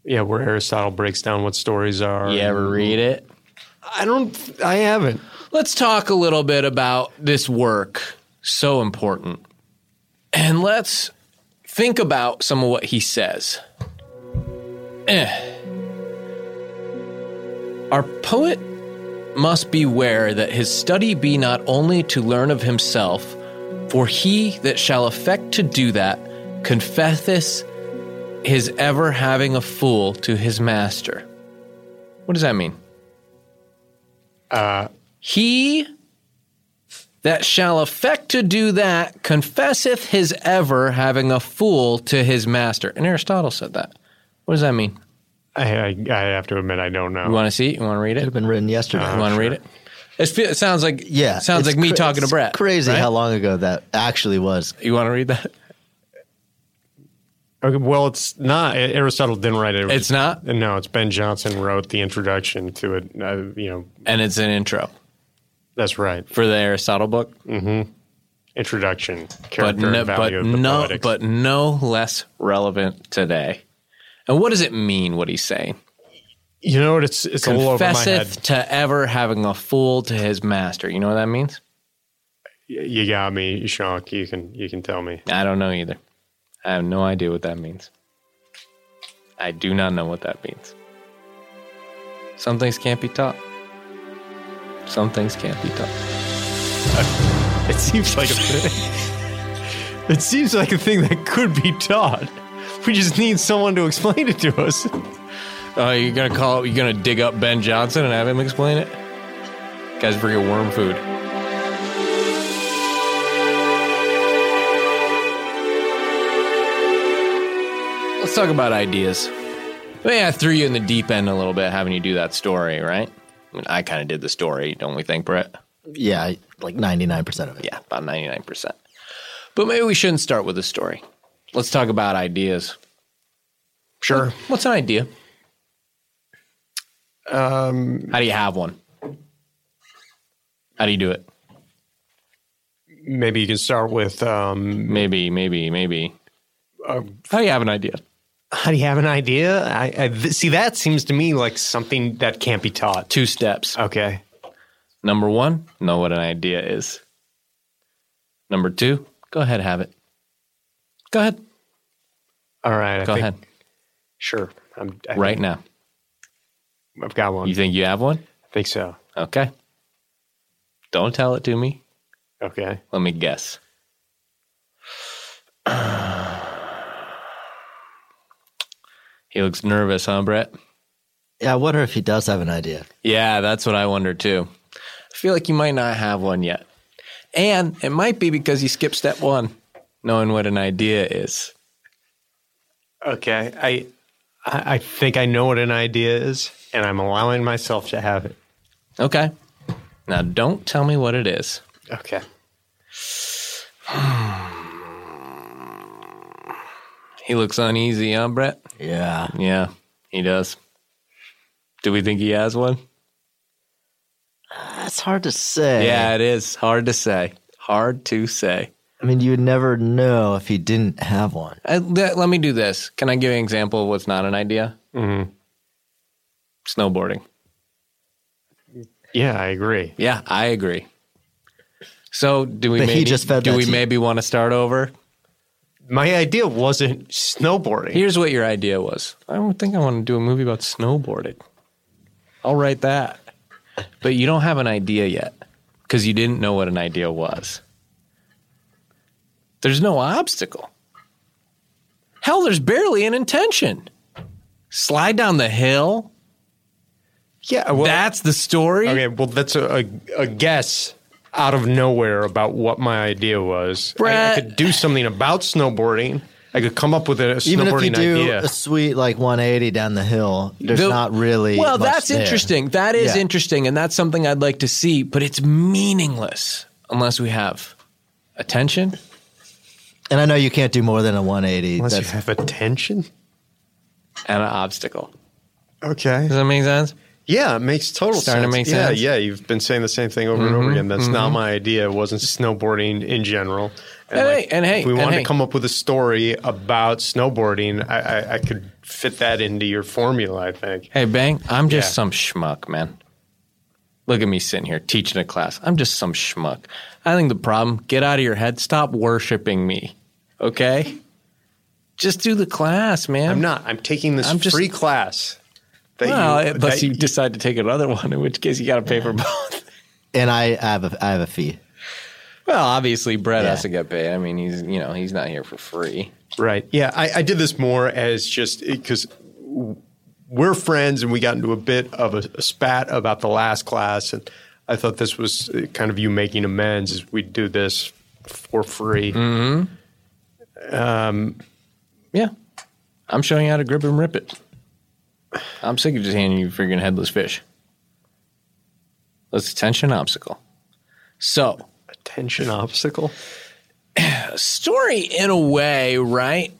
E: Yeah, where Aristotle breaks down what stories are.
B: You ever read it?
E: I don't. I haven't.
B: Let's talk a little bit about this work, so important. And let's think about some of what he says. Eh. Our poet must beware that his study be not only to learn of himself, for he that shall affect to do that confesseth his ever having a fool to his master. What does that mean? Uh, he that shall affect to do that confesseth his ever having a fool to his master. And Aristotle said that. What does that mean?
E: I, I, I have to admit, I don't know.
B: You want to see? it? You want to read it?
D: Could have been written yesterday.
B: You want to read it? It's, fe- it sounds like
D: yeah,
B: sounds
D: it's
B: like me
D: cra-
B: talking to
D: it's
B: Brett.
D: Crazy
B: right?
D: how long ago that actually was.
B: you want to read that?
E: Okay, well, it's not. Aristotle didn't write it. it. was-
B: It's not?
E: No, it's Ben Johnson wrote the introduction to it. Uh, you know,
B: And it's an intro
E: that's right.
B: for the Aristotle book,
E: Introduction,
B: but
E: character,
B: no,
E: and
B: but
E: value of the
B: no,
E: poetics.
B: but no less relevant today. And what does it mean? What he's saying?
E: you know what? It's it's a little over my head.
B: Confesseth to ever having a fool to his master. You know what that means?
E: Y- You got me, Shank. You can you can tell me.
B: I don't know either. I have no idea what that means. I do not know what that means. Some things can't be taught. Some things can't be taught.
E: It seems like a thing. it seems like a thing that could be taught. We just need someone to explain it to us.
B: Oh, you're gonna call? You're gonna dig up Ben Johnson and have him explain it? Guys, forget worm food. Let's talk about ideas. I mean, I threw you in the deep end a little bit, having you do that story, right? I mean, I kind of did the story, don't we think, Brett?
D: Yeah, like ninety nine percent of it.
B: Yeah, about 99%. But maybe we shouldn't start with a story. Let's talk about ideas.
E: Sure.
B: What's an idea? Um, How do you have one? How do you do it?
E: Maybe you can start with um,
B: Maybe, maybe, maybe. How do you have an idea?
E: how do you have an idea? I, I th- see that seems to me like something that can't be taught.
B: Two steps.
E: Okay.
B: Number one, know what an idea is. Number two, go ahead, have it. Go ahead.
E: All right. I
B: Go
E: think-
B: ahead.
E: Sure. I'm, I
B: Right
E: think
B: now.
E: I've got one.
B: You think you have one?
E: I think so.
B: Okay. Don't tell it to me.
E: Okay.
B: Let me guess. he looks nervous, huh, Brett?
D: Yeah, I wonder if he does have an idea.
B: Yeah, that's what I wonder too. I feel like you might not have one yet. And it might be because you skipped step one, knowing what an idea is.
E: Okay. I, I I think I know what an idea is, and I'm allowing myself to have it.
B: Okay. Now, don't tell me what it is.
E: Okay.
B: He looks uneasy, huh, Brett?
D: Yeah.
B: Yeah, he does. Do we think he has one?
D: That's hard to say.
B: Yeah, it is. Hard to say. Hard to say.
D: I mean, you would never know if he didn't have one.
B: I, Uh, let, let me do this. Can I give you an example of what's not an idea? Mm-hmm. Snowboarding.
E: Yeah, I agree.
B: Yeah, I agree. So do we?
D: But he
B: maybe,
D: just fed
B: do
D: that
B: we
D: to you.
B: maybe want to start over?
E: My idea wasn't snowboarding.
B: Here's what your idea was. I don't think I want to do a movie about snowboarding. I'll write that, but you don't have an idea yet because you didn't know what an idea was. There's no obstacle. Hell, there's barely an intention. Slide down the hill.
E: Yeah, well,
B: That's the story.
E: okay. Well, that's a, a, a guess out of nowhere about what my idea was. I, I
B: Brett.
E: could do something about snowboarding. I could come up with a, snowboarding
D: Even if you do
E: idea.
D: a sweet like 180 down the hill, there's
B: The-
D: not really.
B: Well,
D: much
B: that's
D: there.
B: interesting. That is
D: Yeah.
B: interesting, and that's something I'd like to see. But it's meaningless unless we have attention.
D: And I know you can't do more than a 180.
E: Unless
D: That's
E: you have attention.
B: and an obstacle.
E: Okay.
B: Does that make sense?
E: Yeah, it makes total
B: Starting to
E: sense.
B: make
E: yeah,
B: sense. Mm-hmm.
E: yeah. You've been saying the same thing over and over again. That's not my idea. It wasn't snowboarding in general. And,
B: Hey, and hey,
E: if we
B: and
E: wanted
B: hey.
E: to come up with a story about snowboarding, I, I, I could fit that into your formula. I think.
B: Hey, Bang, I'm just
E: Yeah.
B: some schmuck, man. Look at me sitting here teaching a class. I'm just some schmuck. I think the problem, get out of your head. Stop worshiping me, okay? Just do the class, man.
E: I'm not. I'm taking this
B: I'm just-
E: free class. That
B: Well, unless
E: that
B: you decide to take another one, in which case you got to pay for both.
D: and I, I have a I have a fee.
B: Well, obviously, Brett
D: Yeah.
B: has to get paid. I mean, he's you know he's not here for free.
E: Right. Yeah. I, I did this more as just because we're friends and we got into a bit of a, a spat about the last class. And I thought this was uh, kind of you making amends as we do this for free.
B: Yeah, I'm showing you how to grip and rip it. I'm sick of just handing you freaking headless fish. Let's attention obstacle. So,
E: Attention obstacle.
B: story in a way, right?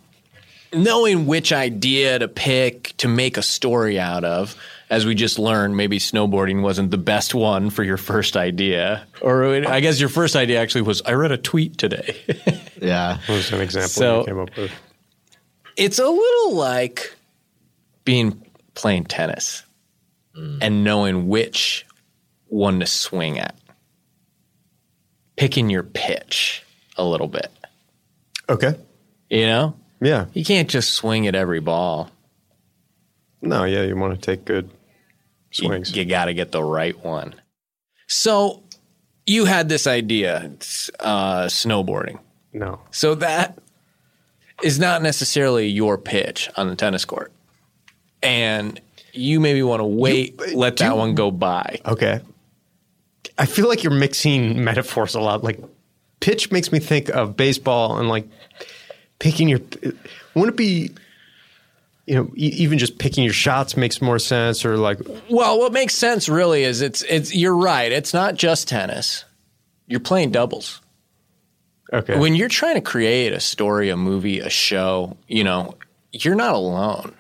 B: Knowing which idea to pick to make a story out of, as we just learned, maybe snowboarding wasn't the best one for your first idea. Or it- I guess your first idea actually was I read a tweet today.
D: Yeah.
E: was an example
B: So-
E: you came up with.
B: it's a little like being playing tennis and knowing which one to swing at picking your pitch a little bit
E: Okay.
B: you know
E: Yeah.
B: you can't just swing at every ball
E: No, yeah. You want to take good
B: You-
E: swings.
B: You, got to get the right one. So you had this idea, it's, uh, snowboarding.
E: No.
B: So that is not necessarily your pitch on the tennis court, and you maybe want to wait, let that one go by.
E: Okay. I feel like you're mixing metaphors a lot. Like pitch makes me think of baseball and like picking your wouldn't it be you know e- even just picking your shots makes more sense or like
B: Well, what makes sense really is it's it's you're right. It's not just tennis. You're playing doubles.
E: okay
B: When you're trying to create a story, a movie, a show, you know, you're not alone.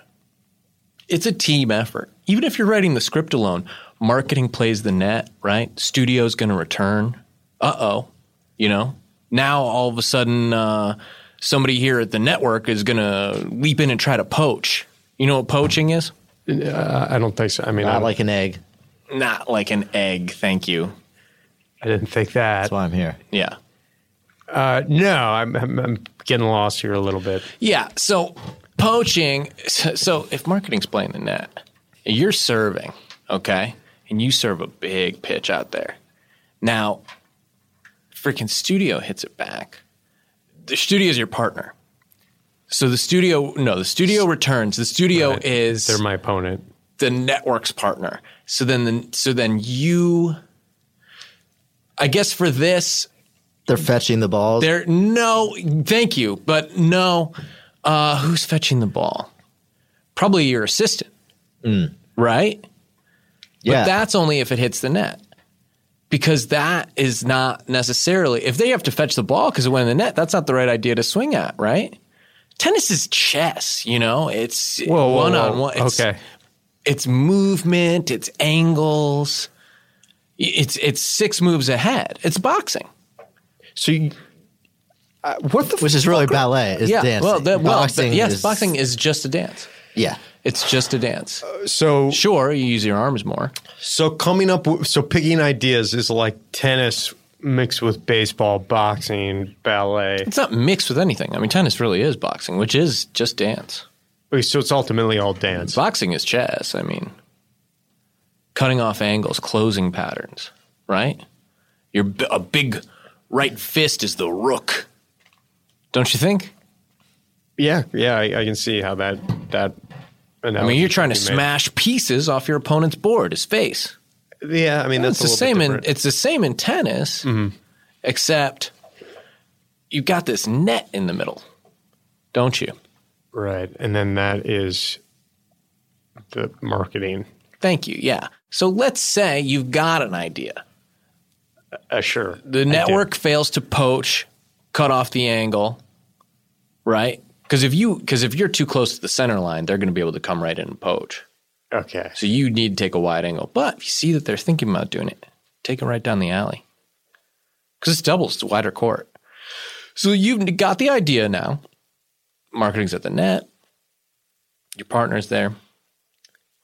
B: It's a team effort. Even if you're writing the script alone, marketing plays the net, right? Studio's going to return. Uh oh. You know, now all of a sudden, uh, somebody here at the network is going to leap in and try to poach. You know what poaching is?
E: I don't think so I mean I,
D: Not like an egg.
B: Not like an egg. Thank you.
E: I didn't think that
D: That's why I'm here.
B: Yeah.
E: uh, no I'm, I'm I'm getting lost here a little bit
B: Yeah. So poaching. So if marketing's playing the net, you're serving, okay, and you serve a big pitch out there. Now, freaking studio hits it back. The studio is your partner. So the studio, no, the studio returns. The studio is
E: they're my opponent
B: the network's partner. So then, the, so then you, I guess for this,
D: They're fetching the balls.
B: there, no, thank you, but no. Uh, who's fetching the ball? Probably your assistant,
E: Mm.
B: right?
D: yeah.
B: But that's only if it hits the net, because that is not necessarily if they have to fetch the ball because it went in the net. That's not the right idea to swing at, right? Tennis is chess, you know. It's
E: whoa, whoa,
B: one
E: whoa.
B: on one. It's-
E: okay
B: it's movement, it's angles, it's it's six moves ahead. It's boxing.
E: so you, uh, what the
D: which is really ballet is dancing.
B: Well, the, well,
D: boxing
B: the- yes,
D: is,
B: boxing is just a dance.
D: Yeah.
B: It's just a dance.
E: So
B: Sure, you use your arms more.
E: So coming up, with, so picking ideas is like tennis mixed with baseball, boxing, ballet.
B: It's not mixed with anything. I mean, tennis really is boxing, which is just dance.
E: So it's ultimately all dance.
B: Boxing is chess. I mean, cutting off angles, closing patterns, right? Your b- a big right fist is the rook. Don't you think?
E: Yeah, yeah, I, I can see how that that.
B: I mean, you're trying to smash pieces off your opponent's board, his face.
E: Yeah, I mean that's
B: it's the
E: a little
B: same
E: bit
B: in
E: different. Mm-hmm.
B: it's the same in tennis, except you've got this net in the middle, don't you?
E: right, and then that is the marketing.
B: Thank you. Yeah. So let's say you've got an idea.
E: Uh, sure,
B: The network fails to poach, cut off the angle, right? Because if you because if you're too close to the center line, they're going to be able to come right in and poach.
E: Okay,
B: So you need to take a wide angle. But if you see that they're thinking about doing it, take it right down the alley. Because it's doubles, it's a wider court. So you've got the idea now. Marketing's at the net. Your partner's there.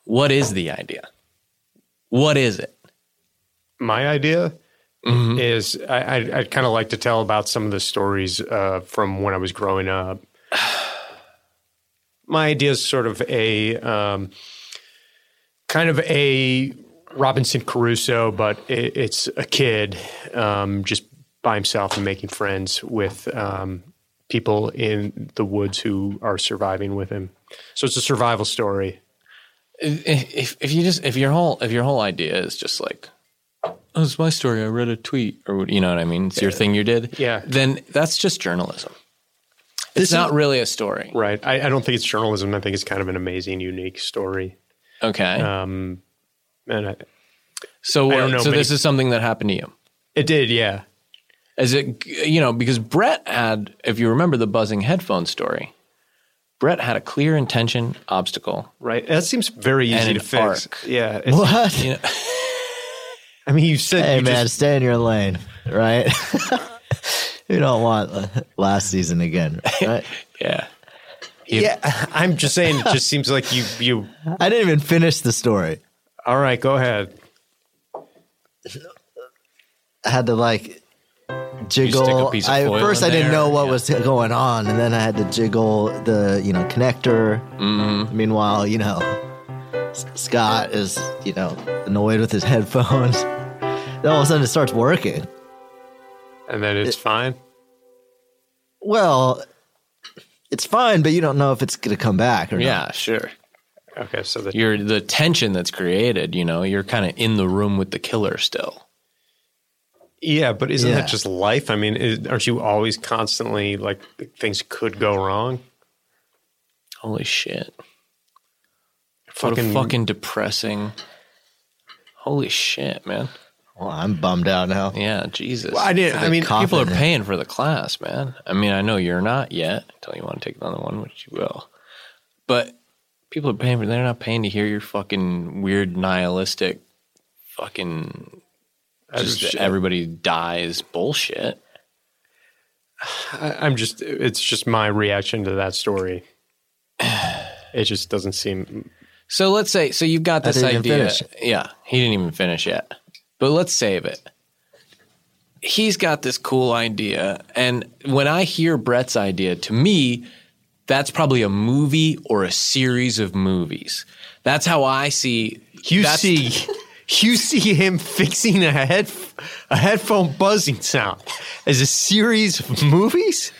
B: What is the idea? What is it?
E: my idea is I, I, I'd kind of like to tell about some of the stories uh, from when I was growing up. My idea is sort of a um, kind of a Robinson Crusoe, but it, it's a kid um, just by himself and making friends with um, people in the woods who are surviving with him. So it's a survival story.
B: If, if- if you just if your whole if your whole idea is just like oh, it's my story. I read a tweet, or what- you know what I mean. It's your thing you did.
E: Yeah.
B: Then that's just journalism. it's not really a story.
E: Right. I, I don't think it's journalism. I think it's kind of an amazing, unique story.
B: Okay.
E: And I,
B: So,
E: I don't
B: uh,
E: know
B: so this
E: many-
B: is something that happened to you.
E: it did, yeah.
B: Is it you know because Brett had, if you remember the buzzing headphone story, Brett had a clear intention obstacle.
E: Right. That seems very easy
B: And an
E: to fix.
B: arc.
E: Yeah. it's-
D: What?
B: You know,
E: I mean, you said
D: Hey
E: you
D: man,
E: just-
D: stay in your lane, right? you don't want last season again, right?
B: yeah,
E: yeah. I'm just saying. It just seems like you. You.
D: I didn't even finish the story.
E: All right. Go ahead.
D: I had to like jiggle.
B: stick a piece of
D: I,
B: foil
D: at first,
B: in
D: I didn't
B: there,
D: know what
B: yeah.
D: was going on, and then I had to jiggle the you know connector. Meanwhile, you know, S- Scott is you know annoyed with his headphones. Then all of a sudden, it starts working.
E: And then it's fine.
D: Well, it's fine, but you don't know if it's going to come back or not.
B: yeah, sure.
E: Okay. So the,
B: You're the tension that's created. You know, you're kind of in the room with the killer still.
E: yeah, but isn't
D: Yeah.
E: that just life? I mean, is, aren't you always constantly like things could go wrong?
B: Holy shit!
E: Fucking.
B: what a fucking depressing. Holy shit, man.
D: Well, I'm bummed out now.
B: Yeah, Jesus.
E: I didn't. I mean,
D: Coffin.
B: People are paying for the class, man. I mean, I know you're not yet until you want to take another one, which you will. But people are paying for they're not paying to hear your fucking weird nihilistic fucking just
E: shit.
B: everybody dies bullshit.
E: I- I'm just. It's just my reaction to that story. It just doesn't seem.
B: So let's say so you've got this
D: didn't even
B: idea.
D: finish.
B: Yeah, he didn't even finish yet. But let's save it. He's got this cool idea, and when I hear Brett's idea, to me, that's probably a movie or a series of movies. That's how I see.
E: You
B: that's-
E: see, you see him fixing a head a headphone buzzing sound as a series of movies.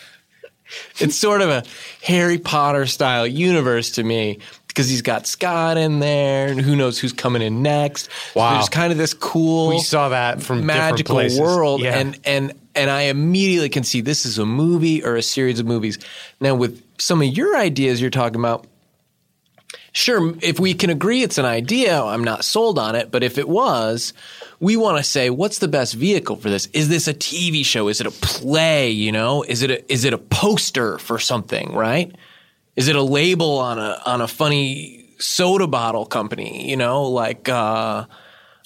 B: it's sort of a Harry Potter style universe to me because he's got Scott in there, and who knows who's coming in next.
E: Wow.
B: so there's kind of this cool.
E: We saw that from different
B: magical
E: places.
B: world
E: Yeah.
B: and and and I immediately can see this is a movie or a series of movies. Now with some of your ideas you're talking about sure if we can agree it's an idea I'm not sold on it but if it was we want to say what's the best vehicle for this is this a TV show is it a play you know is it a, is it a poster for something right is it a label on a on a funny soda bottle company you know like uh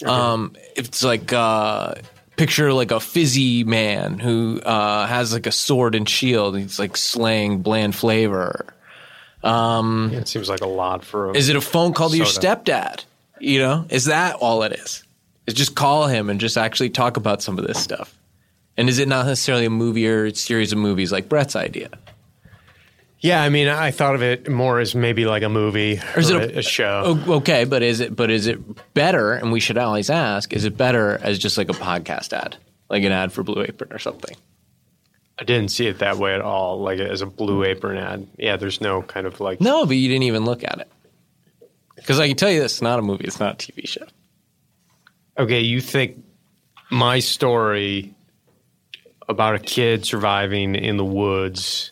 B: um, it's like uh, picture like a fizzy man who uh, has like a sword and shield. And he's like slaying bland flavor. Um,
E: It seems like a lot for. A,
B: Is it a phone call to your
E: Soda.
B: stepdad? You know, is that all it is? Is just call him and just actually talk about some of this stuff. And is it not necessarily a movie or series of movies like Brett's idea?
E: Yeah, I mean, I thought of it more as maybe like a movie or,
B: is it
E: a,
B: a- Oh.
E: a show.
B: O- Okay, but is it but is it better? And we should always ask: Is it better as just like a podcast ad, like an ad for Blue Apron or something?
E: I didn't see it that way at all. Like as a Blue Apron ad. Yeah, there's no kind of like.
B: No, but you didn't even look at it because I can tell you this: it's not a movie, it's not a TV show.
E: Okay, you think my story about a kid surviving in the woods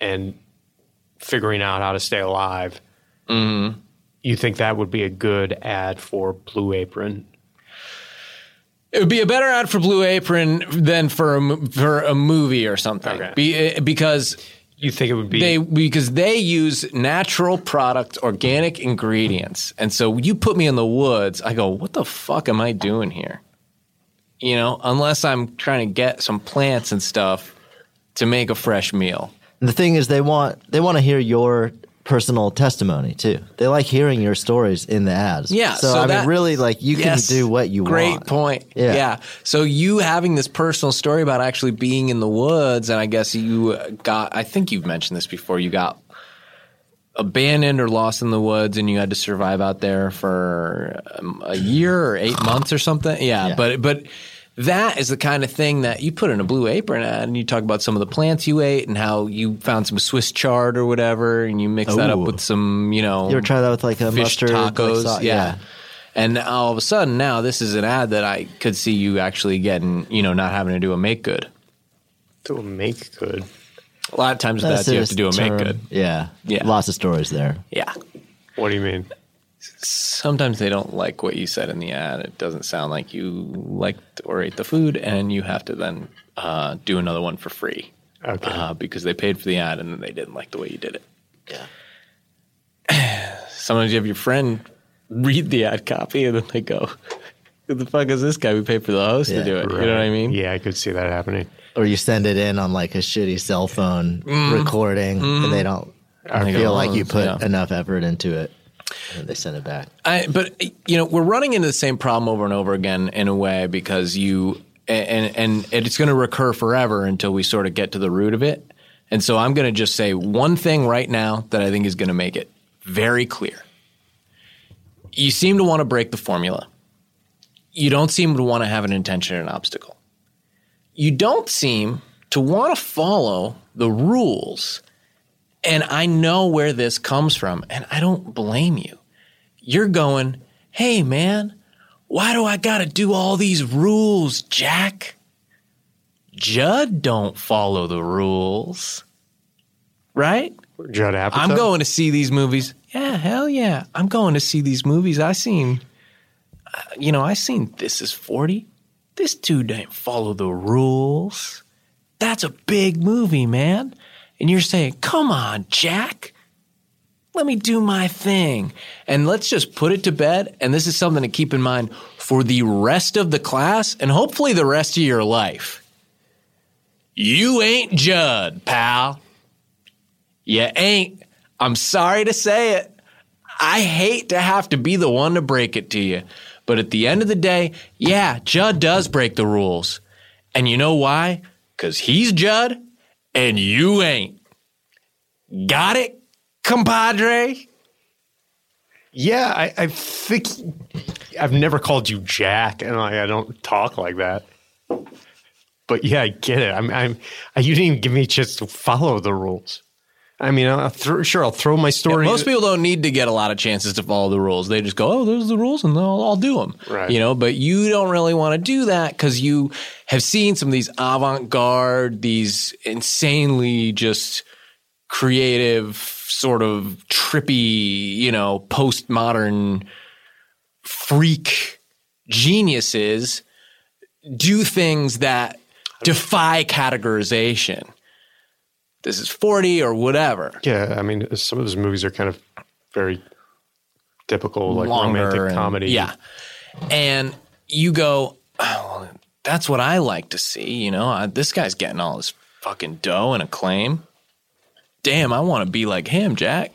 E: and figuring out how to stay alive.
B: Mm-hmm.
E: You think that would be a good ad for Blue Apron?
B: It would be a better ad for Blue Apron than for a, mo- for a movie or something,
E: Okay.
B: Be- eh, because
E: You think it would be
B: they because they use natural products, organic ingredients, and so you put me in the woods. I go, what the fuck am I doing here? You know, unless I'm trying to get some plants and stuff to make a fresh meal.
D: And the thing is, they want they want to hear your personal testimony too. They like hearing your stories in the ads.
B: Yeah,
D: So,
B: so
D: I
B: that-
D: mean, really, like you
B: Yes.
D: can do what you
B: Great
D: want.
B: point.
D: Yeah.
B: Yeah. So you having this personal story about actually being in the woods, and I guess you uh, got, I think you've mentioned this before, you got abandoned or lost in the woods and you had to survive out there for um, a year or eight months or something. Yeah,
D: Yeah.
B: But, but, that is the kind of thing that you put in a blue apron ad and you talk about some of the plants you ate and how you found some Swiss chard or whatever and you mix that up
D: Ooh.
B: with some, you know,
D: You ever try that with like a
B: fish
D: mustard like,
B: tacos.
D: sau-
B: yeah. And all of a sudden now this is an ad that I could see you actually getting, you know, not having to do a make good.
E: to make good?
B: A lot of times with
D: That's
B: that you have
D: just
B: to do a
D: term.
B: make good.
D: Yeah.
B: Yeah.
D: Lots of stories there.
B: Yeah.
E: What do you mean?
B: Sometimes they don't like what you said in the ad. It doesn't sound like you liked or ate the food, and you have to then uh, do another one for free
E: Okay.
B: uh, because they paid for the ad and then they didn't like the way you did it.
D: Yeah.
B: Sometimes you have your friend read the ad copy and then they go, "Who the fuck is this guy? We paid for the host
D: Yeah,
B: to do it." You know what I mean?
E: Yeah, I could see that happening.
D: Or you send it in on like a shitty cell phone recording, and they don't. I
B: think Mm-hmm. I
D: feel like you
B: was,
D: put
B: yeah.
D: enough effort into it, and they send it back.
B: I, but you know, we're running into the same problem over and over again in a way because you and and it's going to recur forever until we sort of get to the root of it. And so I'm going to just say one thing right now that I think is going to make it very clear. You seem to want to break the formula. You don't seem to want to have an intention or an obstacle. You don't seem to want to follow the rules. And I know where this comes from, and I don't blame you you're going, hey, man, why do I got to do all these rules, Jack? Judd don't follow the rules, right?
E: Judd Apatow.
B: I'm going to see these movies. Yeah, hell yeah. I'm going to see these movies. I seen, uh, you know, I seen This Is 40. This dude didn't follow the rules. That's a big movie, man. And you're saying, come on, Jack. Let me do my thing. And let's just put it to bed. And this is something to keep in mind for the rest of the class and hopefully the rest of your life. You ain't Judd, pal. You ain't. I'm sorry to say it. I hate to have to be the one to break it to you. But at the end of the day, yeah, Judd does break the rules. And you know why? Because he's Judd and you ain't. Got it, compadre?
E: Yeah, I, I think I've never called you Jack, and I, I don't talk like that. But yeah, I get it. I'm, I'm I, you didn't even give me a chance to follow the rules. I mean, I'll throw, sure, I'll throw my story.
B: Most people don't need to get a lot of chances to follow the rules. They just go, "Oh, those are the rules, and I'll, I'll do them."
E: Right.
B: You know, but you don't really want to do that because you have seen some of these avant-garde, these insanely just creative, sort of trippy, you know, postmodern freak geniuses do things that defy categorization. This is 40 or whatever.
E: yeah, I mean, some of his movies are kind of very typical, like
B: longer
E: romantic
B: and-
E: comedy.
B: Yeah. And you go, oh, well, that's what I like to see. You know, I, this guy's getting all his fucking dough and acclaim. damn, I want to be like him, Jack.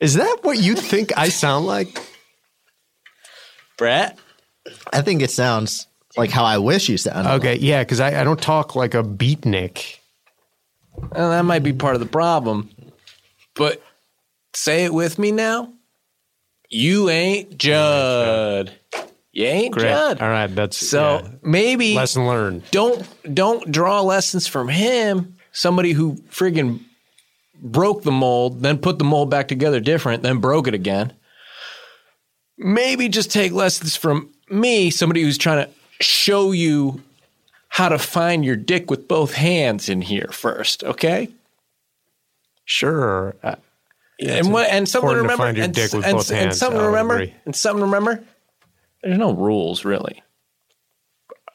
E: Is that what you think I sound like?
B: Brett?
D: I think it sounds like how I wish you sounded.
E: Okay, yeah, because I, I don't talk like a beatnik.
B: Well, that might be part of the problem. But say it with me now. You ain't Judd. You ain't Judd.
E: All right, that's
B: So
E: yeah.
B: maybe
E: lesson learned.
B: don't don't draw lessons from him. Somebody who friggin' broke the mold, then put the mold back together different, then broke it again. Maybe just take lessons from me, somebody who's trying to show you how to find your dick with both hands in here first, okay?
E: Sure. Uh,
B: and what and something to
E: important
B: remember
E: to find your
B: and,
E: dick with
B: and-
E: both
B: and
E: hands,
B: something
E: I
B: to
E: would
B: remember
E: agree.
B: and something to remember there's no rules really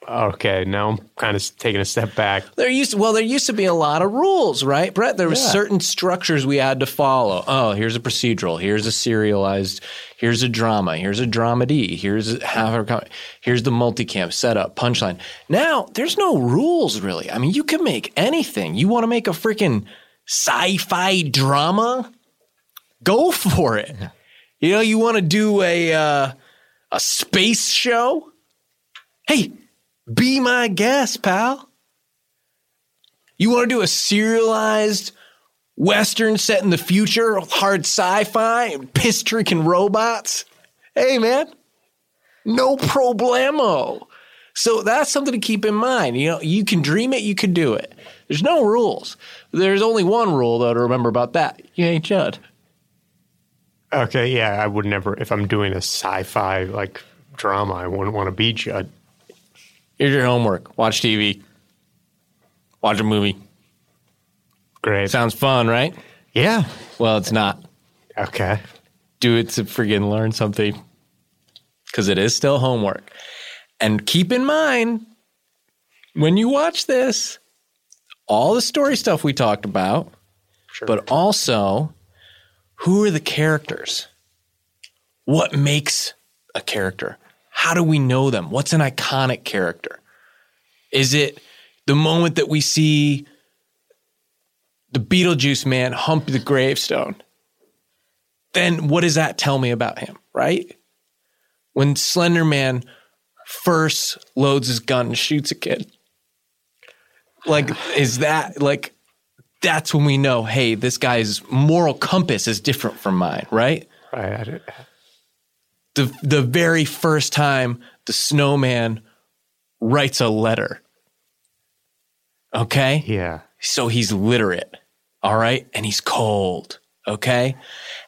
E: okay, now I'm kind of taking a step back.
B: there used well there used to be a lot of rules right brett there were certain structures we had to follow oh here's a procedural here's a serialized here's a drama here's a dramedy here's a half hour com- here's the multicam setup punchline now there's no rules really i mean you can make anything you want to make a freaking sci-fi drama go for it You know, you want to do a uh, a space show? Hey, be my guest, pal. You want to do a serialized western set in the future, hard sci-fi, piss drinking robots? Hey, man, no problemo. So that's something to keep in mind. You know, you can dream it, you can do it. There's no rules. There's only one rule though to remember about that. You ain't Judd.
E: Okay, yeah, I would never if I'm doing a sci-fi like drama, I wouldn't want to be Judd.
B: Here's your homework. Watch TV. Watch a movie.
E: Great.
B: Sounds fun, right?
E: yeah.
B: Well, it's not.
E: Okay.
B: Do it to friggin' learn something. Because it is still homework. And keep in mind, when you watch this, all the story stuff we talked about, but also who are the characters? What makes a character? How do we know them? What's an iconic character? Is it the moment that we see the Beetlejuice man hump the gravestone? Then what does that tell me about him, right? When Slender Man first loads his gun and shoots a kid. Like, is that like that's when we know, hey, this guy's moral compass is different from mine, right?
E: Right. I d-
B: the the very first time the snowman writes a letter. Okay?
E: yeah.
B: So he's literate. All right? And he's cold. Okay?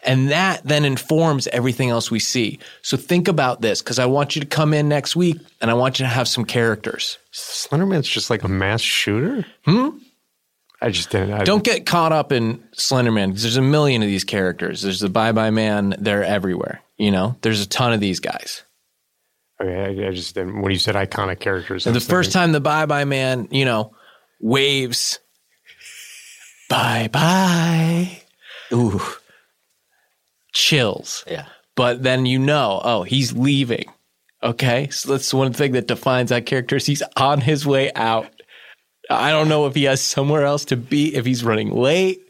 B: And that then informs everything else we see. So think about this cuz I want you to come in next week and I want you to have some characters.
E: Slenderman's just like a mass shooter? Hmm? I just didn't I
B: Don't get caught up in Slenderman 'cause there's a million of these characters. There's the Bye Bye Man, they're everywhere, you know? There's a ton of these guys.
E: okay, I, I just didn't when you said iconic characters. I
B: And the
E: was thinking-
B: first time the bye bye man, you know, waves bye bye. Ooh. Chills.
D: Yeah.
B: But then you know, oh, he's leaving. Okay. So that's one thing that defines that character is he's on his way out. I don't know if he has somewhere else to be, if he's running late,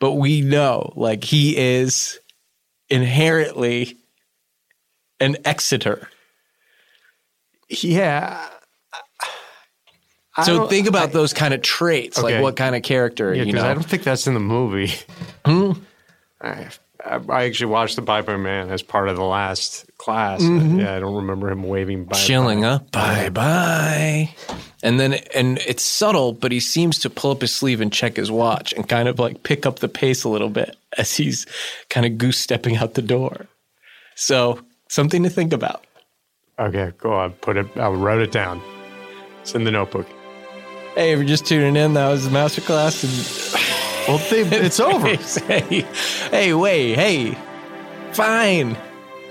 B: but we know like he is inherently an Exeter.
E: Yeah.
B: So
E: don't-
B: think about those kind of traits,
E: Okay.
B: like what kind of character,
E: Yeah,
B: you
E: because I
B: know. Hmm?
E: don't think that's in the movie. I, I, I actually watched The Bye Bye Man as part of the last class.
B: Mm-hmm.
E: Yeah, I don't remember him waving bye.
B: Chilling, huh? Bye bye. And then, and it's subtle, but he seems to pull up his sleeve and check his watch and kind of like pick up the pace a little bit as he's kind of goose stepping out the door. So, something to think about.
E: Okay, cool. I put it. I wrote it down. It's in the notebook.
B: Hey, if you're just tuning in, that was the masterclass. And
D: Well, they, it's over.
B: hey, hey, wait, hey, fine.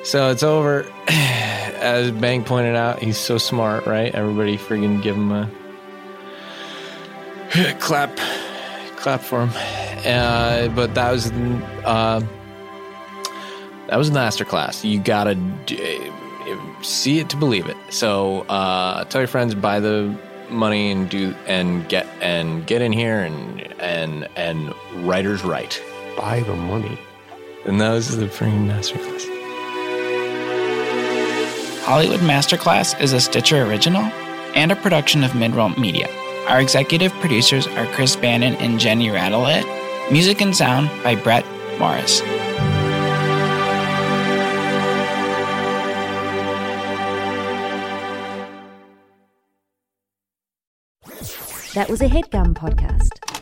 B: So it's over. As Bang pointed out, he's so smart, right? Everybody friggin' give him a clap, clap for him. Uh, but that was uh, that was masterclass. You gotta d- see it to believe it. So uh, tell your friends, buy the money and do and get and get in here and and and writers write.
E: Buy the money.
B: And that was the freaking masterclass.
F: Hollywood Masterclass is a Stitcher original and a production of Midroll Media. Our executive producers are Chris Bannon and Jenny Radelet. Music and sound by Brett Morris.
G: That was a headgum podcast.